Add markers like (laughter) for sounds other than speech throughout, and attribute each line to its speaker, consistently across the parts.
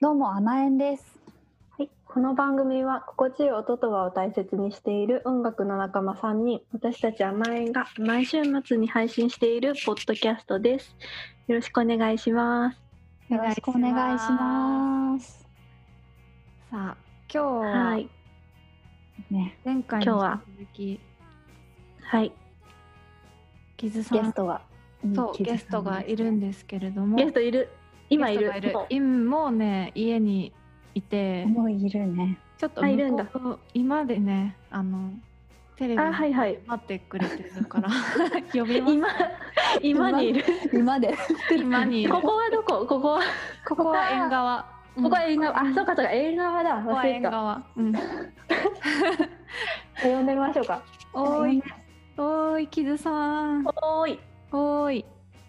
Speaker 1: どうも、あまえんです。
Speaker 2: はい、この番組は心地よい音とはを大切にしている音楽の仲間3人私たち甘えんが毎週末に配信しているポッドキャストですよろしくお願いします
Speaker 1: よろしくお願いします。
Speaker 3: さあ今日は
Speaker 2: はい
Speaker 1: ね、
Speaker 3: 前回に
Speaker 2: 今日は
Speaker 3: 引き
Speaker 2: はい
Speaker 3: 続きキズさ
Speaker 1: ゲス
Speaker 3: ん
Speaker 1: トが。
Speaker 3: そうゲストがいるんですけれども
Speaker 2: ゲストいる今い
Speaker 3: ゲ
Speaker 2: る
Speaker 3: ストがいる
Speaker 2: もう
Speaker 3: 今もうね家にいて
Speaker 1: もういるね。
Speaker 3: ちょっと
Speaker 2: あいるんだ
Speaker 3: 向こう今でねあのテレビ
Speaker 2: あはい
Speaker 3: 待
Speaker 2: はい
Speaker 3: ってくれてる
Speaker 2: (laughs)
Speaker 3: から呼びます
Speaker 2: 今今にいる
Speaker 1: 今で。
Speaker 3: 今にいる
Speaker 2: ここはどこここは
Speaker 3: ここは縁側うん
Speaker 2: ここは縁側、あそうかそうか縁側だ
Speaker 3: ここ
Speaker 2: 忘
Speaker 3: は
Speaker 2: れて
Speaker 3: 縁
Speaker 2: た
Speaker 3: 側うん
Speaker 2: 呼んでみましょうか
Speaker 3: おーいおーいキズさん
Speaker 2: おーい
Speaker 3: おーい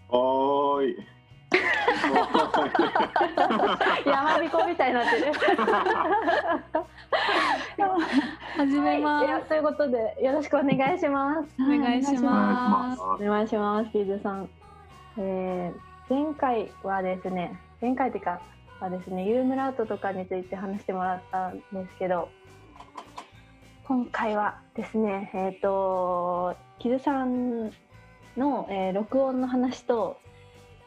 Speaker 4: おーい。
Speaker 2: 山彦みたいになってる
Speaker 3: 始めま
Speaker 2: は
Speaker 3: す、
Speaker 2: いいやということでよろしくお願いします
Speaker 3: お願いします
Speaker 2: お願いします、ピーズさん。えー前回はですね、前回というか、はですね、ユームラートとかについて話してもらったんですけど、今回はですね、えっ、と、キズさんの、えー録音の話と、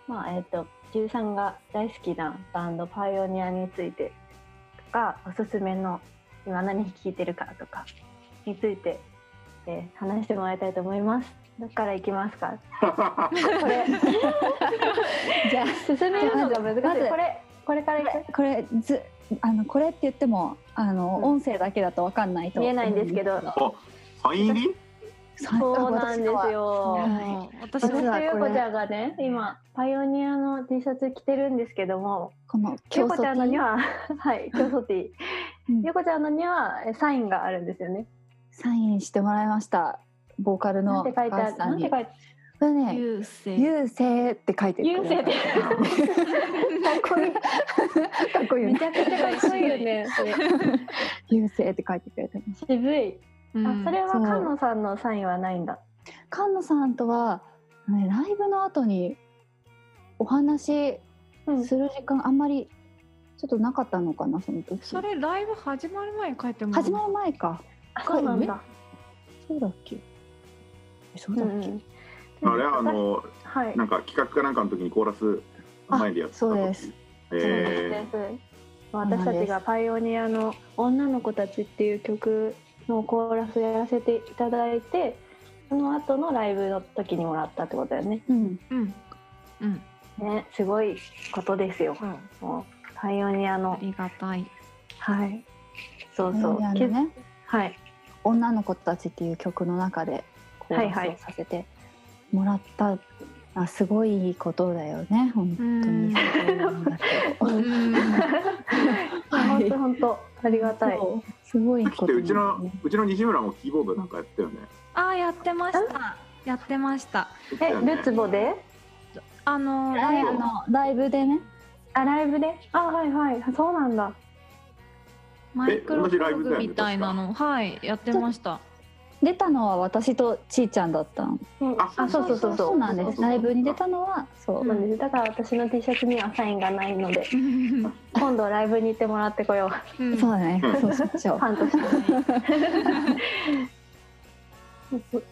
Speaker 2: まあ、えっ、と、キズさんが大好きなバンド、パイオニアについてとか、おすすめの今何聴いてるかとかについて、えー話してもらいたいと思います。どっから行きますか。これ
Speaker 1: じゃ
Speaker 2: 進める (laughs) のが難しい。
Speaker 1: まず
Speaker 2: これこれから行
Speaker 1: あ、これ、ず、あの、これって言っても、あの、
Speaker 2: うん
Speaker 1: 音声だけだとわかんないと。
Speaker 2: 見えないんですけど。
Speaker 4: お、サイン入り？
Speaker 1: そう
Speaker 2: そうなんです。
Speaker 1: 私
Speaker 2: よ
Speaker 1: は。
Speaker 3: もう
Speaker 2: 私
Speaker 3: 私
Speaker 1: 実
Speaker 2: は
Speaker 1: は
Speaker 2: ゆう
Speaker 1: これ
Speaker 2: こちゃんがね、今パイオニアの T シャツ着てるんですけども、
Speaker 1: この
Speaker 2: ゆ
Speaker 1: 競
Speaker 2: うこ
Speaker 1: 争
Speaker 2: ちゃんのに
Speaker 1: は
Speaker 2: ははい競争 T、
Speaker 1: うん
Speaker 2: ゆうこちゃんのにはえサインがあるんですよね。
Speaker 1: サインしてもらいました。ボーカル
Speaker 2: なん
Speaker 1: の
Speaker 2: て書いてあ
Speaker 1: 高橋さ
Speaker 2: る？なんんて
Speaker 1: に。
Speaker 2: 書
Speaker 1: こ
Speaker 2: いて
Speaker 1: れね、
Speaker 3: 優勢
Speaker 1: 優勢って書いてくれた
Speaker 2: 優勢で
Speaker 1: (laughs)
Speaker 2: かっこいい。
Speaker 1: かっこいいよ
Speaker 2: め
Speaker 1: ね
Speaker 2: ち。ゃくちゃかっこいいよね。それ (laughs)
Speaker 1: 優勢って書いてくれてます。
Speaker 2: 渋い。
Speaker 3: うん
Speaker 2: あ、それは
Speaker 1: そう
Speaker 2: 菅野さんのサインはないんだ。
Speaker 1: 菅野さんとは、ね、ライブの後にお話
Speaker 2: うん。
Speaker 1: する時間あんまりちょっとなかったのかなその時
Speaker 3: それライブ始まる前に書いてもらう
Speaker 1: 始まる前か
Speaker 2: あそうなんだ。
Speaker 1: そうだっけそう
Speaker 2: う
Speaker 1: だっ
Speaker 2: ん
Speaker 1: け、
Speaker 2: うん。
Speaker 1: (laughs)
Speaker 4: あれあの
Speaker 2: はい。
Speaker 4: なんか企画かなんかの時にコーラス前でやった
Speaker 1: そうです。
Speaker 2: そう
Speaker 4: え
Speaker 2: です私たちが「パイオニアの女の子たち」っていう曲のコーラスやらせていただいてその後のライブの時にもらったってことだよね。
Speaker 1: うん、
Speaker 3: うんうん
Speaker 2: ねすごいことですよ。
Speaker 3: そう
Speaker 2: もうパイオニア
Speaker 3: あ
Speaker 2: の
Speaker 3: りがたい
Speaker 2: はいそう
Speaker 1: そ
Speaker 2: そうう、
Speaker 1: あのね
Speaker 2: はい
Speaker 1: 「女の子たち」っていう曲の中でコー
Speaker 2: は
Speaker 1: ラ
Speaker 2: いは
Speaker 1: スを
Speaker 2: い
Speaker 1: させてもらった、あすごいいいことだよね本当
Speaker 3: うん
Speaker 1: にそうなんだけ
Speaker 2: (laughs)
Speaker 1: ど
Speaker 3: うん
Speaker 1: はい
Speaker 2: 本当本当ありがたい。
Speaker 1: そうすごい
Speaker 4: ー、来
Speaker 1: こ
Speaker 4: て
Speaker 1: と
Speaker 4: うち
Speaker 1: な
Speaker 4: の
Speaker 1: んだよね
Speaker 4: うちの西村もキーボードなんかやったよね。
Speaker 3: あやってましたやってました
Speaker 2: えルツボで
Speaker 3: あの
Speaker 1: ライブのライブでね
Speaker 2: あライブであはいはいそうなんだ。
Speaker 3: マイクロ
Speaker 4: 同
Speaker 3: ブ
Speaker 4: じライブだ
Speaker 3: ロ
Speaker 4: よね
Speaker 3: グみたいなのはいやってました
Speaker 1: 出たのは私とちーちゃんだったの
Speaker 2: うん
Speaker 4: あ
Speaker 2: あそうそうそう
Speaker 1: そうなんです。
Speaker 4: そうそうそう
Speaker 1: ライブに出たのは、そう
Speaker 2: そう。なんですだから私の T シャツにはサインがないので
Speaker 3: うん
Speaker 2: 今度ライブに行ってもらってこよう。
Speaker 3: うん
Speaker 1: そうだね。そうしましょう
Speaker 2: フ。ァンとして。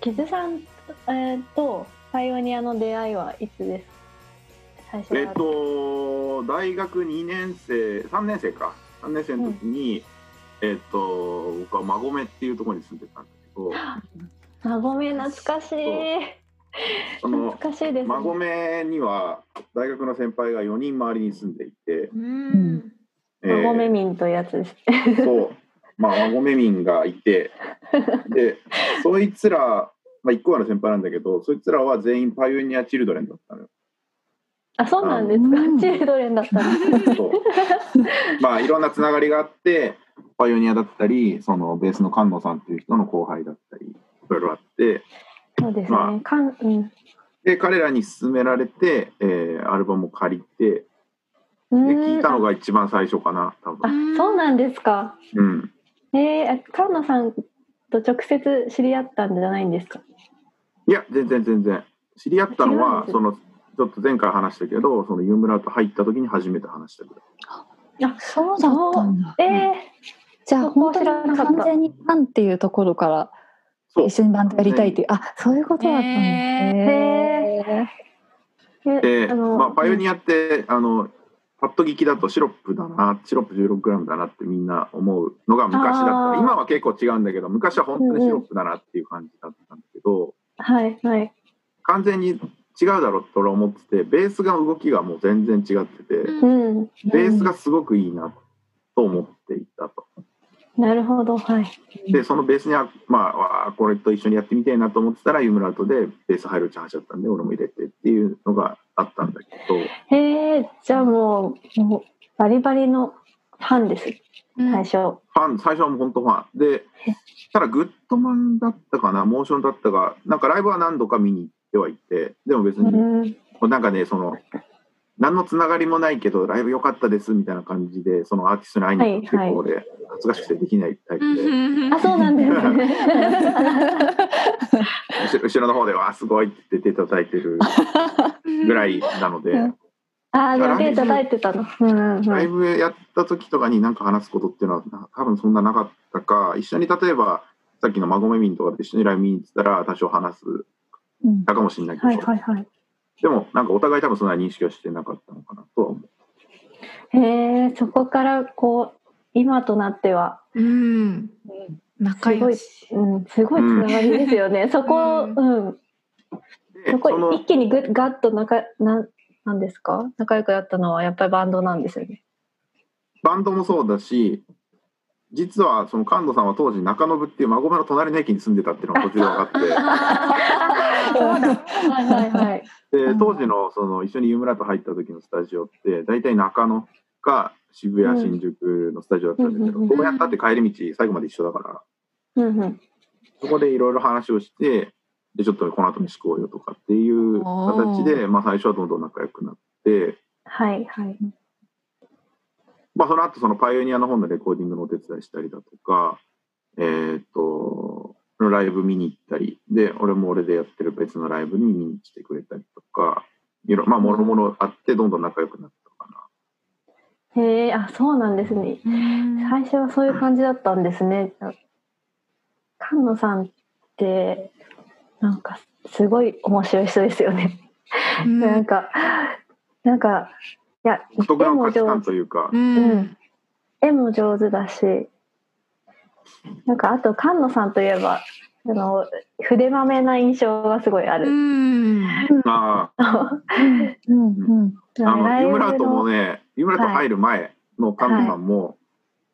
Speaker 2: キズさん、えー、とパイオニアの出会いはいつです最初
Speaker 4: えっ
Speaker 2: は、
Speaker 4: と大学2年生3年生か3年生の時に、えっと僕は馬込っていうところに住んでたんだけど
Speaker 2: マゴメ懐かしい
Speaker 4: そ
Speaker 2: 懐
Speaker 4: の
Speaker 2: かしいです、ね、
Speaker 4: 馬込には大学の先輩が4人周りに住んでいて、
Speaker 3: うん
Speaker 4: え
Speaker 2: マ
Speaker 4: ー
Speaker 2: ゴメ民というやつです、
Speaker 4: そう、まあ、孫めみんが
Speaker 2: (laughs)
Speaker 4: いて、で、そいつら、まあ、一個上の先輩なんだけど、そいつらは全員パイオニアチルドレンだったのよ。
Speaker 2: あそうなんですか、
Speaker 1: うん
Speaker 2: チルドレンだったんです (laughs)
Speaker 4: そうまあ、いろんなつながりがあって、パイオニアだったり、そのベースの菅野さんっていう人の後輩だったり、いろいろあって、
Speaker 2: そうですね、
Speaker 4: ま
Speaker 2: かんうん
Speaker 4: で、彼らに勧められて、えーアルバムを借りて、
Speaker 2: う
Speaker 4: で、
Speaker 2: ーん
Speaker 4: 聞いたのが一番最初かな、多
Speaker 2: あ
Speaker 4: 分。
Speaker 2: そうなんですか
Speaker 4: うん。
Speaker 2: えー、あ菅野さんと直接知り合ったんじゃないんですか
Speaker 4: いや、全然全然。知り合ったの
Speaker 2: 違うん
Speaker 4: は、
Speaker 2: です
Speaker 4: その、ちょっと前回話したけど、そのユームラート入った時に初めて話したぐらい。
Speaker 2: あ
Speaker 1: そうだったんだ。
Speaker 2: え
Speaker 1: じゃあ
Speaker 2: そ
Speaker 1: 本
Speaker 2: こは
Speaker 1: 当
Speaker 2: 知
Speaker 1: に
Speaker 2: らなかった
Speaker 1: 完全にファンっていうところから
Speaker 4: そう
Speaker 1: 一緒にバンドやりたいっていうあそういうことだったんですね。
Speaker 2: ー、
Speaker 4: で、
Speaker 2: あの、
Speaker 4: まあ、パイオニアって、あのパッと聞きだとシロップだなシロップ 16g だなってみんな思うのが昔だった
Speaker 2: あー
Speaker 4: 今は結構違うんだけど昔は本当にシロップだなっていう感じだったんだけど、
Speaker 2: はいはい。
Speaker 4: 完全に違うだろうと俺は思っててベースが動きがもう全然違ってて、
Speaker 3: うん
Speaker 2: うん。
Speaker 4: ベースがすごくいいなと思っていたと。
Speaker 2: なるほど。はい。
Speaker 4: でそのベースにはまあわあこれと一緒にやってみたいなと思ってたらユムラートでベース入るチャンスだったんで俺も入れてっていうのがあったんだけど
Speaker 2: へえ、じゃあもう、もうバリバリのファンです、最初。
Speaker 4: ファン最初はもう本当ファンでただグッドマンだったかなモーションだったかなんかライブは何度か見に行ってはいてでも別
Speaker 2: う
Speaker 4: に
Speaker 2: ん。
Speaker 4: なんかねその何のつながりもないけどライブ良かったですみたいな感じでそのアーティストに会いに行くって
Speaker 2: はい
Speaker 4: 結
Speaker 2: は
Speaker 4: 構俺、恥ずかしくてできないタイプで、
Speaker 2: あ、そうなんです (laughs) ね。
Speaker 4: 後ろ後ろの方で「わあすごい」って手叩いてるぐらいなので、
Speaker 2: (laughs) あー、じゃあ手叩いてたの。うんうん
Speaker 4: ラ
Speaker 2: う
Speaker 4: イ
Speaker 2: ん。
Speaker 4: ブやった時とかに何か話すことっていうのはな多分そんななかったか一緒に例えばさっきの孫めみんとかで一緒にライブ見に行ってたら多少話す
Speaker 1: うん
Speaker 4: だかもしれないけど、
Speaker 2: はいはいはい。
Speaker 4: でもなんかお互い多分そんな認識はしてなかったのかなとは思う。
Speaker 2: へえ、そこからこう、今となっては、
Speaker 3: うん。仲良し。
Speaker 2: うん、すごいつながりですよね。そこ、う
Speaker 3: う
Speaker 2: んん。
Speaker 4: で
Speaker 2: そ
Speaker 4: そ
Speaker 2: こ
Speaker 4: の
Speaker 2: 一気にぐガッと仲、なん、なんですか仲良くなったのはやっぱりバンドなんですよね。
Speaker 4: バンドもそうだし実はその菅野さんは当時中延っていう孫めの隣の駅に住んでたっていうのが途中で分かって。
Speaker 3: そうだ。
Speaker 2: (laughs) はいはい (laughs) はい。
Speaker 4: で
Speaker 1: うん
Speaker 4: 当時のその一緒に湯村と入った時のスタジオって大体中野か渋谷
Speaker 2: うん
Speaker 4: 新宿のスタジオだったんだけど、
Speaker 2: うんうんうん
Speaker 4: どうやったって帰り道最後まで一緒だから
Speaker 2: うんうん。
Speaker 4: そこでいろいろ話をしてでちょっとこの後飯食おうよとかっていう形で、まあ、最初はどんどん仲良くなって、
Speaker 2: はいはい。
Speaker 4: まあ、その後そのパイオニアの方のレコーディングのお手伝いしたりだとかえーっとライブ見に行ったりで俺も俺でやってる別のライブに見に来てくれたりとかいろまあもろもろあってどんどん仲良くなったかな。
Speaker 2: へえ、あ、そうなんですね。最初はそういう感じだったんですね。菅野さんって、なんかすごい面白い人ですよね。なんか、なんか、いや、
Speaker 4: 独特
Speaker 2: 絵
Speaker 4: の
Speaker 2: も
Speaker 4: 価値
Speaker 2: 上
Speaker 4: 観
Speaker 2: 手、
Speaker 4: というか、
Speaker 3: うん。
Speaker 2: 絵も上手だし、なんかあと菅野さんといえば、あの筆まめな印象がすごいあ
Speaker 3: う
Speaker 2: る。
Speaker 3: ん。
Speaker 4: あ
Speaker 1: うんうん
Speaker 4: ああの
Speaker 2: ライ
Speaker 4: 湯
Speaker 2: ブの
Speaker 4: 村ともね湯村と入る前の菅野さんも、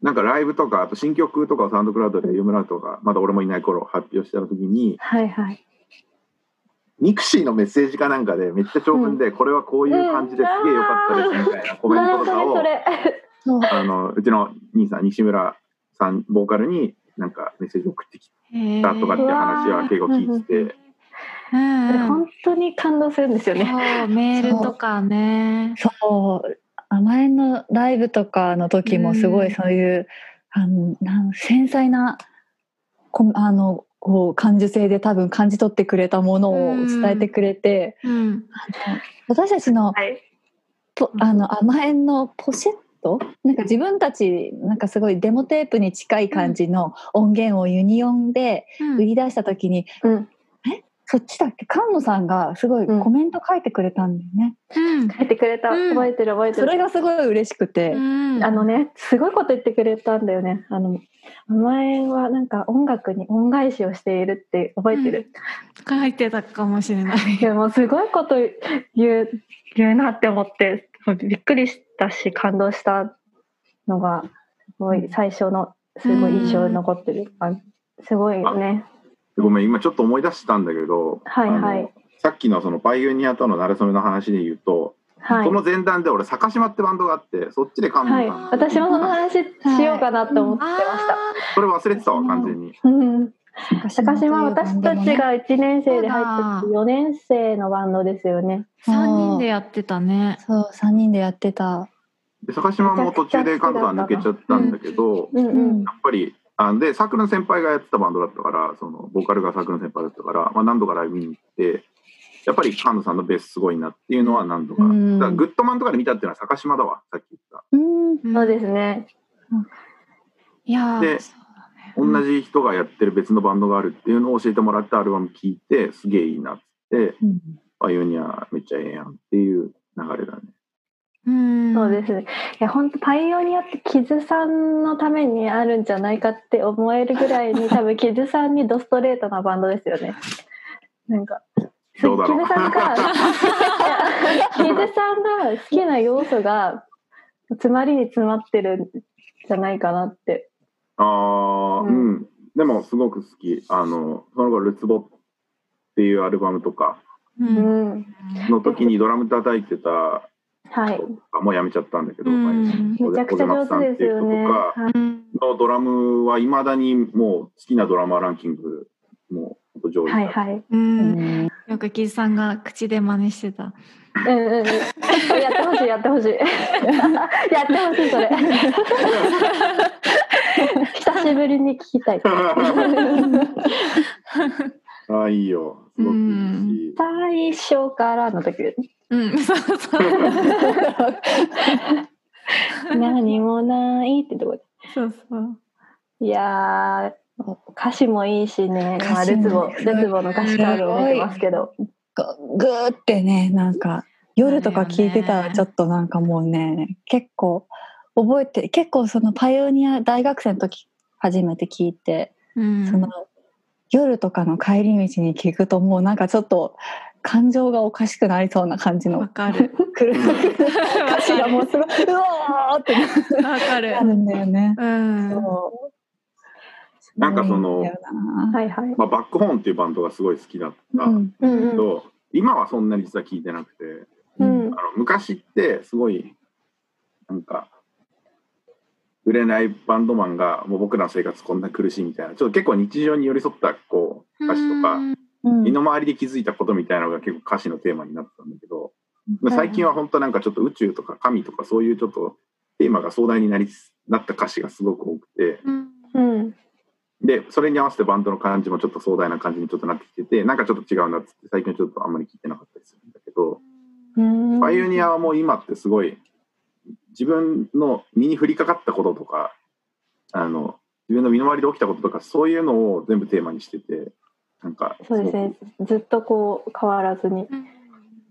Speaker 4: なんかライブとかあと新曲とかをサウンドクラウドで湯村とかまだ俺もいない頃発表した時に
Speaker 2: はいはい。
Speaker 4: ミクシーのメッセージかなんかでめっちゃ長文で、これはこういう感じですげえよかったですみたいなコメントと
Speaker 2: そ
Speaker 4: か
Speaker 2: れ
Speaker 4: を
Speaker 2: それ。
Speaker 1: そう
Speaker 4: あのうちの兄さん西村さんボーカルになんかメッセージ送ってき
Speaker 3: へ
Speaker 4: たとかって話は結構聞いてて、
Speaker 2: 本当に感動するんですよね。
Speaker 3: そうメールとかね。
Speaker 1: そう甘えんのライブとかの時もすご
Speaker 3: うん
Speaker 1: いそういう、あのなん繊細なこあのこう感受性で多分感じ取ってくれたものを伝えてくれて、
Speaker 3: うん。
Speaker 1: (laughs) 私たちの
Speaker 2: はい。
Speaker 1: とあの甘えんのポシェットなんか自分たちなんかすごいデモテープに近い感じの音源をユニオンで売り出した時に、
Speaker 2: うん。
Speaker 1: そっちだっけ菅野さんがすごいコメント書いてくれたんだよね、
Speaker 3: うん。
Speaker 2: 書いてくれた。
Speaker 3: うん
Speaker 2: 覚えてる覚えて
Speaker 1: そ
Speaker 2: る。
Speaker 1: れがすごい嬉しくて、
Speaker 2: あのね、すごいこと言ってくれたんだよね。あの、お前はなんか音楽に恩返しをしているって覚えてる。
Speaker 3: 書いてたかもしれない。
Speaker 2: いや、もうすごいこと言う、言うなって思って、びっくりしたし、感動したのが、すごい最初の、すごい印象に残ってる。あすごいね。
Speaker 4: ごめん今ちょっと思い出したんだけど、
Speaker 2: はいはい
Speaker 4: あのさっきのそのパイオニアとの馴れ初めの話で言うと、
Speaker 2: はい
Speaker 4: そ。の前段で俺坂島ってバンドがあってそっちでカン
Speaker 2: はい。
Speaker 4: さん
Speaker 2: 私もその話しようかなと思ってました。
Speaker 4: それ忘れてたわ完全に
Speaker 2: うん高島は私たちが1年生で入って
Speaker 3: そう
Speaker 2: きて4年生のバンドですよね。
Speaker 3: 三人でやってたね。
Speaker 1: そう3人でやってた
Speaker 4: で坂島も途中でカンさん抜けちゃったんだけど、
Speaker 2: うんうん。
Speaker 4: やっぱりあでさくら先輩がやってたバンドだったからそのボーカルがさくら先輩だったから、まあ、何度かライブ見に行ってやっぱり菅野さんのベースすごいなっていうのは何度か,、
Speaker 1: うん
Speaker 4: だからグッドマンとかで見たっていうのは坂島だわさっき言った
Speaker 1: うん
Speaker 3: う
Speaker 2: そうですね。
Speaker 3: いやー
Speaker 4: で
Speaker 3: そうだねうん
Speaker 4: 同じ人がやってる別のバンドがあるっていうのを教えてもらってアルバム聴いてすげえいいなっつって
Speaker 1: うん
Speaker 4: パイオニアめっちゃええやんっていう流れだね。
Speaker 3: うん
Speaker 2: そうですね。いや、本当パイオニアってキズさんのためにあるんじゃないかって思えるぐらい (laughs) に、多分キズさんにドストレートなバンドですよね。なんか、キズ
Speaker 4: どうだ
Speaker 2: さ
Speaker 4: ろ
Speaker 2: ん
Speaker 4: う
Speaker 2: が、いやキズさんが好きな要素が詰まりに詰まってるんじゃないかなって。
Speaker 4: あーう
Speaker 2: うん
Speaker 4: ん、でもすごく好きあのその後「ルツボ」っていうアルバムとか
Speaker 3: う
Speaker 2: うんん。
Speaker 4: の時にドラム叩いてた
Speaker 2: はい
Speaker 4: 人。とかもうやめちゃったんだけど、
Speaker 3: うん
Speaker 4: パイオニア
Speaker 2: めちゃくちゃ上手ですよね。
Speaker 4: 小島さ
Speaker 2: はい
Speaker 4: のドラムはいまだにもう好きなドラマーランキングもうほんと上位だ
Speaker 2: はいはい。
Speaker 3: うん
Speaker 1: うん
Speaker 3: よくキズさんが口で真似してた。
Speaker 2: うんうんうん。やってほしい、やって (laughs) ほしい。やってほしい、それ。久しぶりに聞きたい。
Speaker 4: (laughs) ああいいよすごくいいし、
Speaker 2: 最初からの時ですね
Speaker 3: うん、そうそう。
Speaker 2: 何もないってとこで
Speaker 3: そうそう。
Speaker 2: いやー歌詞もいいしね、まあ、
Speaker 1: 歌詞
Speaker 2: ルツ
Speaker 1: も
Speaker 2: ボルツボの歌詞カードを持ってますけど
Speaker 1: こうグーってねなんか夜とか聞いてた
Speaker 3: なるよ
Speaker 1: ら
Speaker 3: ね
Speaker 1: ちょっとなんかもうね結構覚えて結構そのパイオニア大学生の時初めて聞いて、
Speaker 3: うん
Speaker 1: その夜とかの帰り道に聞くともうなんかちょっと感情がおかしくなりそうな感じ
Speaker 3: わ (laughs)
Speaker 1: の
Speaker 3: かる。
Speaker 1: 来る歌詞がもうすごいうわーって
Speaker 3: わかる
Speaker 1: な。るんだよね。
Speaker 3: うん。
Speaker 1: そ
Speaker 4: なんかその
Speaker 1: いいんだよな
Speaker 2: はいはい、
Speaker 4: まあ、バックホーンっていうバンドがすごい好きだった
Speaker 1: う
Speaker 4: け
Speaker 1: ん
Speaker 2: うんうん
Speaker 4: ど、今はそんなに実は聴いてなくて
Speaker 2: うん
Speaker 4: あの昔ってすごいなんか売れないバンドマンがもう僕らの生活こんな苦しいみたいなちょっと結構日常に寄り添ったこう歌詞とか
Speaker 1: うん
Speaker 4: 身の回りで気づいたことみたいなのが結構歌詞のテーマになったんだけど、まあ最近は本当なんかちょっと宇宙とか神とかそういうちょっとテーマが壮大になりなった歌詞がすごく多くて
Speaker 3: うん。
Speaker 2: うん
Speaker 4: でそれに合わせてバンドの感じもちょっと壮大な感じにちょっとなってきててなんかちょっと違うなっつって最近ちょっとあんまり聞いてなかったりするんだけど
Speaker 2: うん
Speaker 4: パイオニアはもう今ってすごい自分の身に降りかかったこととかあの自分の身の回りで起きたこととかそういうのを全部テーマにしててなんかす
Speaker 2: そ
Speaker 4: ご
Speaker 2: う
Speaker 4: く
Speaker 2: ですねずっとこう変わらずに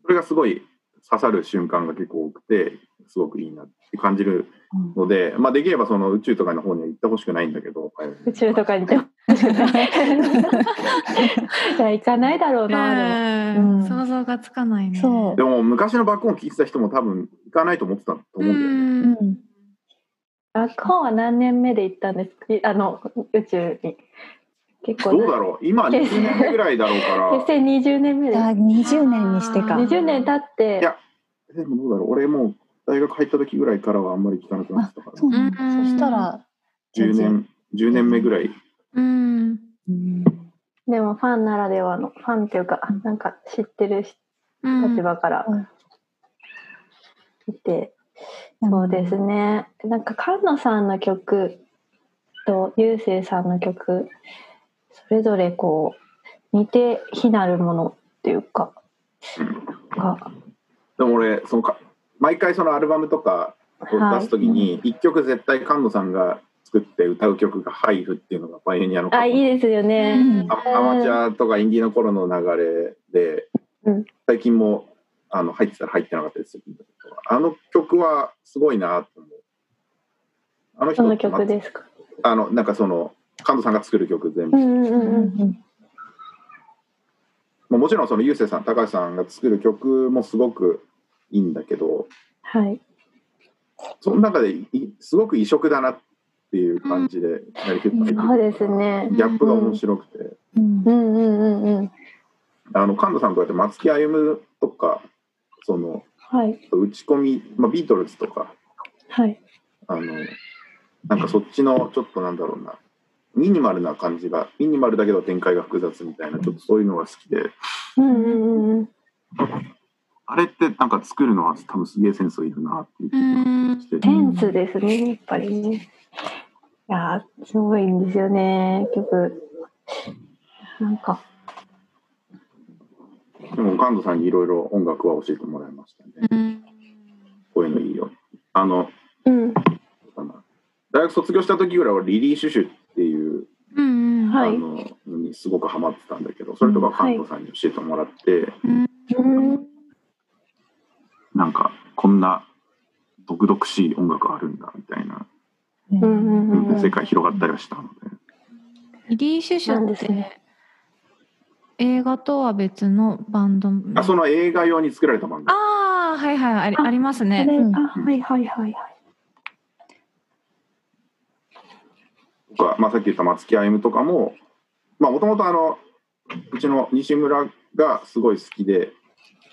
Speaker 4: それがすごい刺さる瞬間が結構多くてすごくいいなって感じる
Speaker 1: うん
Speaker 4: ので、まあ、できればその宇宙とかの方には行ってほしくないんだけど、
Speaker 2: 宇宙とかに行 (laughs) ってほしくないいや行かないだろうな、
Speaker 3: うん
Speaker 1: うん
Speaker 3: 想像がつかないね。
Speaker 1: そう
Speaker 4: でも昔のバックホーン聞いてた人も多分行かないと思ってたと
Speaker 3: う
Speaker 4: 思うんだよね。
Speaker 1: うん
Speaker 3: ん。
Speaker 2: あ日は何年目で行ったんですかいあの宇宙に結構
Speaker 4: どうだろう今20年目ぐらいだろう
Speaker 2: (laughs) 結
Speaker 4: か
Speaker 2: 成20年目で
Speaker 1: じゃあ20年にして
Speaker 3: あ
Speaker 1: か
Speaker 3: ー
Speaker 2: 20年経って
Speaker 4: いやらでもどうだろう俺もう大学入った時ぐらいからはあんまり聞かなくなってたか
Speaker 1: そうな
Speaker 4: ら
Speaker 1: んだ
Speaker 3: う
Speaker 1: そ
Speaker 3: ん
Speaker 1: したら
Speaker 4: 10年10年目ぐらい
Speaker 3: うん。
Speaker 1: うん
Speaker 2: でもファンならではのファンっていうかなんか知ってる人
Speaker 3: うん
Speaker 2: 立場から
Speaker 1: うん
Speaker 2: 見て、そうですねなんか菅野さんの曲とゆうせいさんの曲それぞれこう似て非なるものっていうかが
Speaker 4: でも俺そのか毎回そのアルバムとかを出す時に一曲絶対菅野さんが作って歌う曲が「ハイフっていうのがパイオニアの
Speaker 2: あいいですよ
Speaker 3: う
Speaker 2: ね、
Speaker 3: ん
Speaker 4: アアマチュアとかインディーの頃の流れで、
Speaker 2: うん
Speaker 4: 最近もあの入ってたら入ってなかったでするんだけどあの曲はすごいなと思うあの
Speaker 2: ど
Speaker 4: 人
Speaker 2: の曲ですか
Speaker 4: あのなんかその菅野さんが作る曲全部、
Speaker 2: うんうんうんうん
Speaker 4: まあもちろんそのゆうせいさん高橋さんが作る曲もすごくいいんだけど
Speaker 2: はい
Speaker 4: その中でいすごく異色だなっていう感じでやりきった
Speaker 2: そうですね
Speaker 4: ギャップが面白くて、
Speaker 1: うん
Speaker 2: うんうんうんうん
Speaker 4: あの菅野さんとかって松木歩とかその
Speaker 2: はい
Speaker 4: 打ち込み、まあ、ビートルズとか
Speaker 2: はい
Speaker 4: あのなんかそっちのちょっとなんだろうなミニマルな感じがミニマルだけど展開が複雑みたいなちょっとそういうのが好きで
Speaker 2: うんうんうんうん
Speaker 4: あれってなんか作るのは多分すげえセンスいるなっていう気がして
Speaker 2: センスですね、やっぱりね。いやー、すごいんですよね、曲。なんか、
Speaker 4: でも菅野さんにいろいろ音楽は教えてもらいましたね
Speaker 3: うん
Speaker 4: こういうのいいよあの
Speaker 2: うん、
Speaker 4: 大学卒業した時ぐらいはリリー・シュシュっていう、
Speaker 3: うんうん
Speaker 2: はい
Speaker 4: あののにすごくハマってたんだけどそれとかカントさんに教えてもらって、
Speaker 2: うん
Speaker 4: なんかこんな毒々しい音楽あるんだみたいな、
Speaker 2: うんうんうんうん
Speaker 4: 世界広がったりはしたので
Speaker 3: リリー・シュシュ
Speaker 2: なん
Speaker 3: っ
Speaker 2: です
Speaker 3: て、
Speaker 2: ね
Speaker 3: 映画とは別のバンド
Speaker 4: あその映画用に作られたバンド
Speaker 3: あーはいはいあり
Speaker 2: あ
Speaker 3: あります
Speaker 2: あ
Speaker 3: ね
Speaker 2: れ
Speaker 1: うん
Speaker 2: あはいはいはいはい
Speaker 4: とか、まあ、さっき言った松木歩とかももともとあのうちの西村がすごい好きで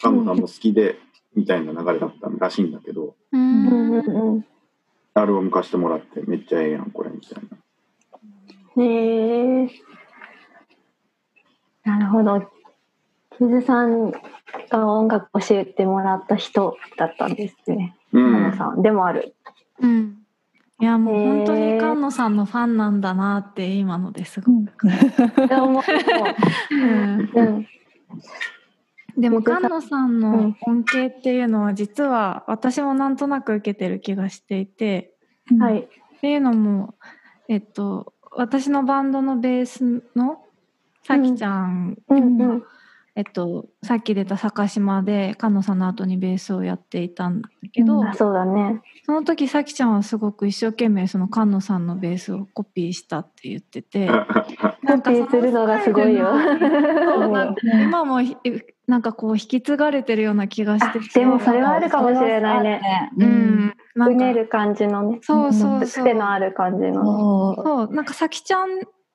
Speaker 4: カントさんも好きでみたいな流れだったらしいんだけど
Speaker 2: う
Speaker 3: う
Speaker 2: んんうん
Speaker 4: アルバム貸してもらってめっちゃええやんこれみたいな
Speaker 2: うんへえなるほどキズさんが音楽を教えてもらった人だったんですね、
Speaker 4: う
Speaker 2: うんさんでもあ (laughs) る
Speaker 3: うんいやもう
Speaker 2: へー
Speaker 3: 本当に菅野さんのファンなんだなって今のですご
Speaker 1: う
Speaker 3: く、
Speaker 1: ん
Speaker 2: でも、
Speaker 3: うん
Speaker 2: うん、
Speaker 3: でも
Speaker 2: 見て
Speaker 3: 菅
Speaker 2: た
Speaker 3: 野さんの恩恵っていうのは実は私もなんとなく受けてる気がしていて
Speaker 2: は
Speaker 1: うん
Speaker 2: い
Speaker 3: っていうのもえっと私のバンドのベースのさきちゃん
Speaker 2: うんうん
Speaker 3: えっと、さっき出た坂島で菅野さんの後にベースをやっていたんだけど、
Speaker 1: うん
Speaker 2: あそうだね
Speaker 3: その時さきちゃんはすごく一生懸命その菅野さんのベースをコピーしたって言っててなん
Speaker 2: コ
Speaker 3: か
Speaker 2: ピーするのがすごいよ
Speaker 3: そ
Speaker 2: (laughs)
Speaker 3: のスタイルがそうなんか
Speaker 1: うん
Speaker 3: 今もひなんかこう引き継がれてるような気がしてて
Speaker 2: でもそれはあるかもしれないね
Speaker 1: う
Speaker 3: うんん、な
Speaker 2: う
Speaker 3: んか
Speaker 2: ねる感じのね
Speaker 3: そうそうそう
Speaker 2: 癖のある感じの
Speaker 1: そ
Speaker 3: そうなんかさきちゃん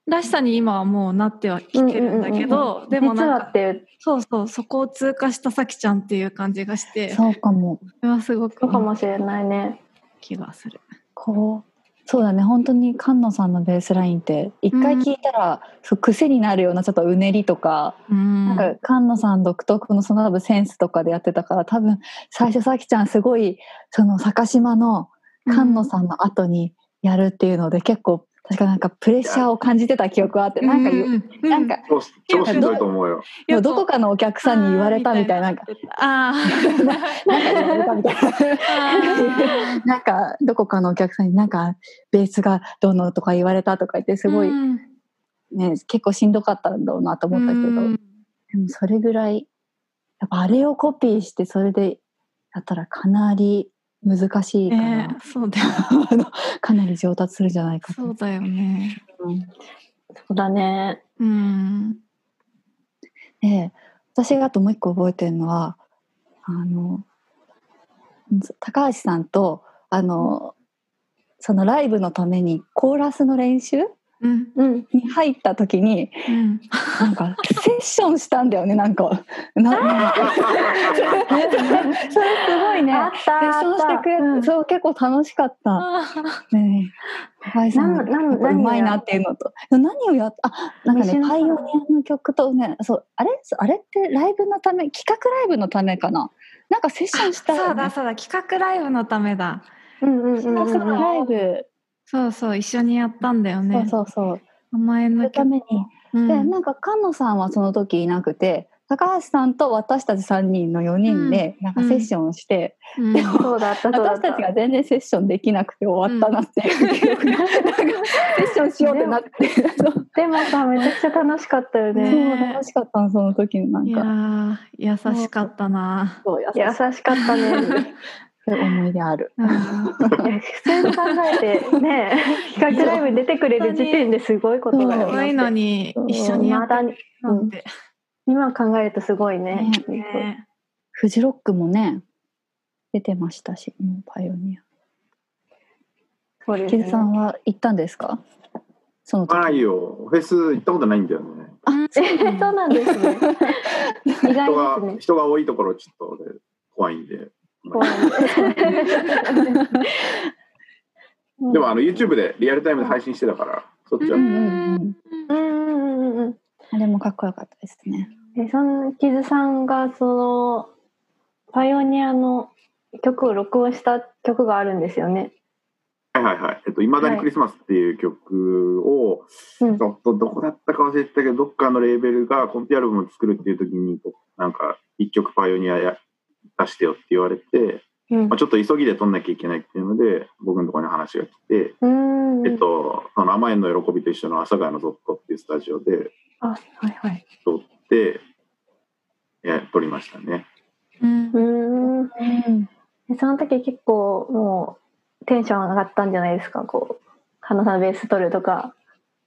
Speaker 3: らしさに今はもうなってはきてるんだけ
Speaker 2: うんうん
Speaker 3: ど、でも
Speaker 2: 実
Speaker 3: な
Speaker 2: は
Speaker 3: ん
Speaker 2: っ
Speaker 3: か
Speaker 2: ていう
Speaker 3: そうそうそこを通過したさきちゃんっていう感じがして
Speaker 1: う
Speaker 3: そ
Speaker 1: そうかも
Speaker 3: れはすごく
Speaker 2: のかもしれないね
Speaker 3: 気がする。
Speaker 1: こうそうだね本当に菅野さんのベースラインって一回聞いたら、そう癖になるようなちょっとうねりとか,、
Speaker 3: うん
Speaker 1: なんか菅野さん独特のその多分センスとかでやってたから多分最初さきちゃんすごいその坂島の菅野さんの後にやるっていうので、結構確かなんかプレッシャーを感じてた記憶があって、なんか言う、
Speaker 3: う
Speaker 1: なんか
Speaker 4: 超超しんどいと思うよ
Speaker 1: もうどこかのお客さんに言われたみたいななんか
Speaker 3: あー
Speaker 1: なんか言われたみたいな。
Speaker 3: あ
Speaker 1: なんかどこかのお客さんになんかベースがどうのとか言われたとか言 (laughs) ってすごい、
Speaker 3: うん
Speaker 1: ね結構しんどかったんだろうなと思ったけど、
Speaker 3: うん
Speaker 1: でもそれぐらいやっぱあれをコピーしてそれでやったらかなり難しいから、
Speaker 3: ねそうだよ
Speaker 1: あの (laughs) かなり上達するんじゃないか
Speaker 3: そ
Speaker 1: と
Speaker 3: うだよね
Speaker 2: そうだね
Speaker 3: うん
Speaker 1: で私があともう一個覚えてるのはあの高橋さんとあのそのライブのためにコーラスの練習
Speaker 3: うん
Speaker 2: (laughs) うん
Speaker 1: に入った時に
Speaker 3: うん
Speaker 1: なんかセッションしたんだよねなんかなそれすごいね
Speaker 2: あっ
Speaker 1: セ
Speaker 2: た
Speaker 1: ッションしてくれて、
Speaker 2: あった
Speaker 1: そう結構楽しかった、
Speaker 3: あ
Speaker 1: ねえ高橋さん
Speaker 2: なんなん
Speaker 1: 結構うまいなっていうのと何をやったあなんか
Speaker 2: 西
Speaker 1: ね
Speaker 2: 野さ
Speaker 1: パ
Speaker 2: ん
Speaker 1: イオニアの曲とねそうあれあれってライブのため企画ライブのためかななんかセッションした
Speaker 3: そ
Speaker 1: よね
Speaker 3: うだそうだ企画ライブのためだ
Speaker 2: うんうんうん
Speaker 1: 企
Speaker 2: うん
Speaker 1: 画ライブ、
Speaker 3: そうそう一緒にやったんだよね
Speaker 1: そうそうそう
Speaker 3: 名前
Speaker 1: そ
Speaker 3: の
Speaker 1: のために
Speaker 3: うん
Speaker 1: でなんか菅野さんはその時いなくて高橋さんと私たち3人の4人でなんかセッションをして、
Speaker 3: うん
Speaker 2: そうだったそうだっ
Speaker 1: 私
Speaker 2: た
Speaker 1: たちが全然セッションできなくて終わったなっていう記憶が、なんかセッションしようってなってそう
Speaker 2: でもさめちゃくちゃ楽しかったよ
Speaker 3: ね
Speaker 2: ね
Speaker 1: 楽しかったのその時のなん
Speaker 3: いや
Speaker 1: か
Speaker 3: ー優しかったな
Speaker 1: そう優
Speaker 2: 優
Speaker 1: し
Speaker 2: しかったね
Speaker 1: い思い出ある。
Speaker 3: うん
Speaker 2: いや普通に考えてね企画ライブに出てくれる時点ですごいことだ
Speaker 1: そ
Speaker 2: よ
Speaker 1: う
Speaker 3: すごいの
Speaker 2: に
Speaker 3: に一緒にやった
Speaker 2: に
Speaker 3: なんて
Speaker 2: 今考えるとすごいね
Speaker 3: ね
Speaker 1: フジロックもね出てましたし、うんパイオニ
Speaker 2: そうで
Speaker 1: ア。
Speaker 2: す
Speaker 1: キ
Speaker 2: ね
Speaker 1: ズさんは行ったんですか？その
Speaker 4: 行か
Speaker 1: 時。
Speaker 4: ないよフェス行ったことないんだよね
Speaker 2: え (laughs) そうなんですね意
Speaker 4: 人が
Speaker 2: 外ですね
Speaker 4: 人が多いところちょっと俺怖いんで
Speaker 2: 怖い
Speaker 4: でもあの YouTube でリアルタイムで配信してたからそっちは、
Speaker 1: うんうん
Speaker 2: うんうんうんうん
Speaker 1: うん。あれもかっこよかったですね。
Speaker 2: えそのキズさんがそのパイオニアの曲を録音した曲があるんですよね。
Speaker 4: はいはいはいえっと「いまだにクリスマス」っていう曲を、
Speaker 2: うん
Speaker 4: ちょっとどこだったか忘れてたけどどっかのレーベルがコンピアルバムを作るっていう時になんか一曲パイオニアや出してよって言われて
Speaker 2: うん
Speaker 4: まあ、ちょっと急ぎで取んなきゃいけないっていうので僕のところに話が来て、
Speaker 2: うん
Speaker 4: えっと、あの甘えんの喜びと一緒の阿佐ヶ谷のゾッコっていうスタジオで
Speaker 2: あはいはい
Speaker 4: 撮ってえ撮りましたね。
Speaker 3: うん
Speaker 2: うんでその時結構もうテンション上がったんじゃないですかこう神野さんのベース取るとか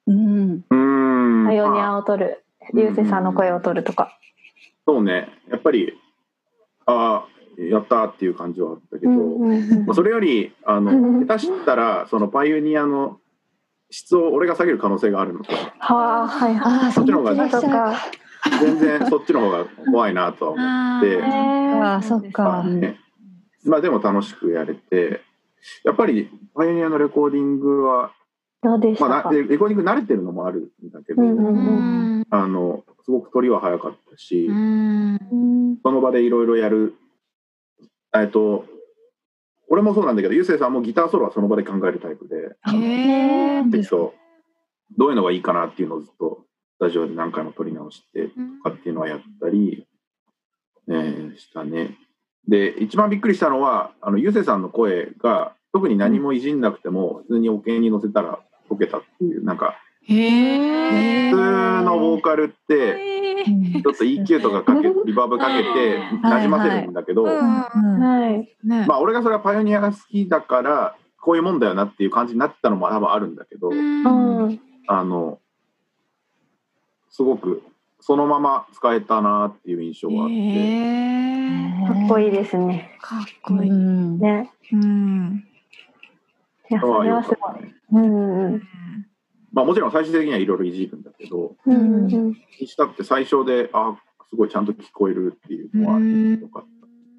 Speaker 1: うん
Speaker 4: うーん
Speaker 2: パイオニ
Speaker 4: まあ
Speaker 2: アを取る流星さんの声を取るとか
Speaker 4: そうねやっぱりああやったーっていう感じはあったけど、
Speaker 2: うんうん
Speaker 4: まあ、それよりあの下手したらそのパイオニアの質を俺が下げる可能性があるので
Speaker 2: はあはいはい
Speaker 1: ああ
Speaker 4: そ
Speaker 1: そ
Speaker 4: っちの方
Speaker 1: の
Speaker 4: が
Speaker 1: プレッ
Speaker 2: あ
Speaker 1: シャ
Speaker 2: と
Speaker 1: ー
Speaker 2: か
Speaker 4: 全然そっちの方が怖いなとは思
Speaker 3: あ
Speaker 4: って
Speaker 2: へー
Speaker 1: あーそっか
Speaker 4: まあねまあでも楽しくやれてやっぱりパイオニアのレコーディングは、
Speaker 2: どうでし
Speaker 4: ま
Speaker 2: た
Speaker 4: あ、な
Speaker 2: か
Speaker 4: レコーディング慣れてるのもあるんだけど、
Speaker 2: うんうん
Speaker 3: うん
Speaker 4: あのすごく撮りは早かったし、
Speaker 3: う
Speaker 1: う
Speaker 3: ん
Speaker 1: ん
Speaker 4: その場でいろいろやるえっと俺もそうなんだけどゆうせいさんもギターソロはその場で考えるタイプで。
Speaker 3: へえ
Speaker 1: なんで
Speaker 4: 適当どういうのがいいかなっていうのをずっとスタジオで何回も撮り直してとかっていうのはやったり、えーしたねで一番びっくりしたのはあのゆうせいさんの声が特に何もいじんなくても普通におけに乗せたら溶けたっていうなんか
Speaker 3: へえ
Speaker 4: 普通のボーカルって
Speaker 1: うん
Speaker 4: ちょっと EQ とかかけリバーブかけてなじませるんだけど、
Speaker 1: うん
Speaker 2: はい
Speaker 3: ね
Speaker 4: まあ俺がそれはパイオニアが好きだからこういうもんだよなっていう感じになったのも多分あるんだけど。
Speaker 2: うん
Speaker 4: あの、すごくそのまま使えたなっていう印象があって、
Speaker 3: へえ
Speaker 2: かっこいいですね
Speaker 3: かっこいい
Speaker 1: うん
Speaker 2: ね
Speaker 3: うん
Speaker 2: いや
Speaker 4: あ
Speaker 2: そ
Speaker 4: あ
Speaker 2: れは
Speaker 4: よ
Speaker 2: す
Speaker 4: かっ
Speaker 2: ごい
Speaker 4: たね
Speaker 2: うんうん
Speaker 4: まあもちろん最終的にはいろいろいじるんだけど、
Speaker 2: うんうんうん (laughs)
Speaker 4: したって最初で、あすごいちゃんと聞こえるっていうのは
Speaker 3: うん
Speaker 4: よかっ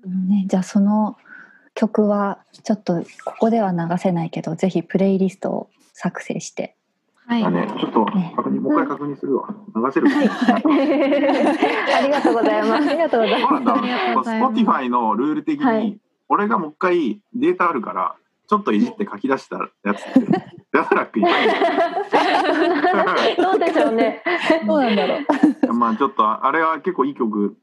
Speaker 4: た。
Speaker 1: ね、じゃあその曲はちょっとここでは流せないけどぜひプレイリストを作成して
Speaker 3: はい
Speaker 4: だね、ちょっと確認、もう一回確認するわ。流せるかな。
Speaker 2: ありがとうございま
Speaker 1: あ
Speaker 2: す。
Speaker 1: りがとうござい
Speaker 4: そう
Speaker 1: ま
Speaker 4: なんだ
Speaker 3: ありがとうございます
Speaker 4: Spotify のルール的に、
Speaker 2: はい
Speaker 4: 俺がもう一回データあるから、ちょっといじって書き出したやつ
Speaker 3: (laughs)
Speaker 4: って、やたらくいないんだよ
Speaker 2: どうでしょうね。
Speaker 1: すどうなんだろう
Speaker 4: まあちょっとあれは結構いい曲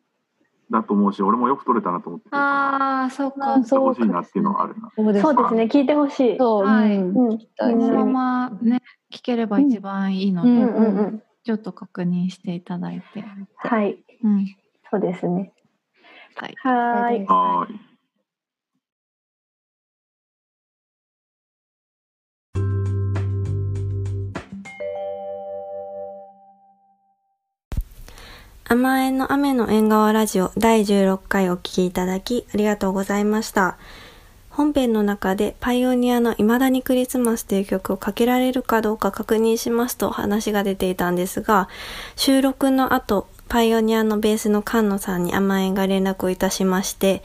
Speaker 4: だと思うし俺もよく撮れたなと思って
Speaker 3: ああそうか
Speaker 1: うん
Speaker 4: 撮って
Speaker 1: そう
Speaker 4: ほしいなっていうのはあるな
Speaker 1: そうで
Speaker 2: そう
Speaker 1: か
Speaker 2: ですね、聞いてほしい。う
Speaker 1: そう、
Speaker 3: はい
Speaker 1: うんそうで
Speaker 2: ん、
Speaker 1: す
Speaker 3: そ
Speaker 1: ね
Speaker 3: のままね聞ければ一番いいので、
Speaker 1: う
Speaker 2: うんん、うん、うん。
Speaker 3: ちょっと確認していただいて、
Speaker 2: はい、
Speaker 3: うん、
Speaker 2: そうですね。
Speaker 3: はい
Speaker 2: はーい。
Speaker 4: はーい
Speaker 5: 甘えんの雨の縁側ラジオ第16回お聞きいただきありがとうございました。本編の中でパイオニアの未だにクリスマスという曲をかけられるかどうか確認しますと話が出ていたんですが、収録の後、パイオニアのベースの菅野さんに甘えんが連絡をいたしまして、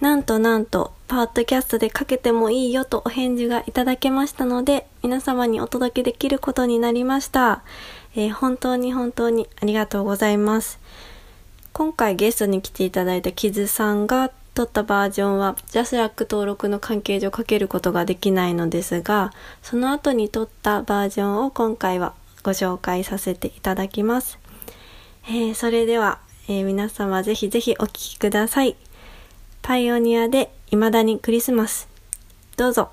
Speaker 5: なんとなんと、パートキャストでかけてもいいよとお返事がいただけましたので、皆様にお届けできることになりました。えー本当に本当にありがとうございます。今回ゲストに来ていただいたキズさんが撮ったバージョンはジャスラック登録の関係上かけることができないのですがその後に撮ったバージョンを今回はご紹介させていただきます、えーそれでは、えー皆様ぜひぜひお聴きくださいパイオニアで未だにクリスマスどうぞ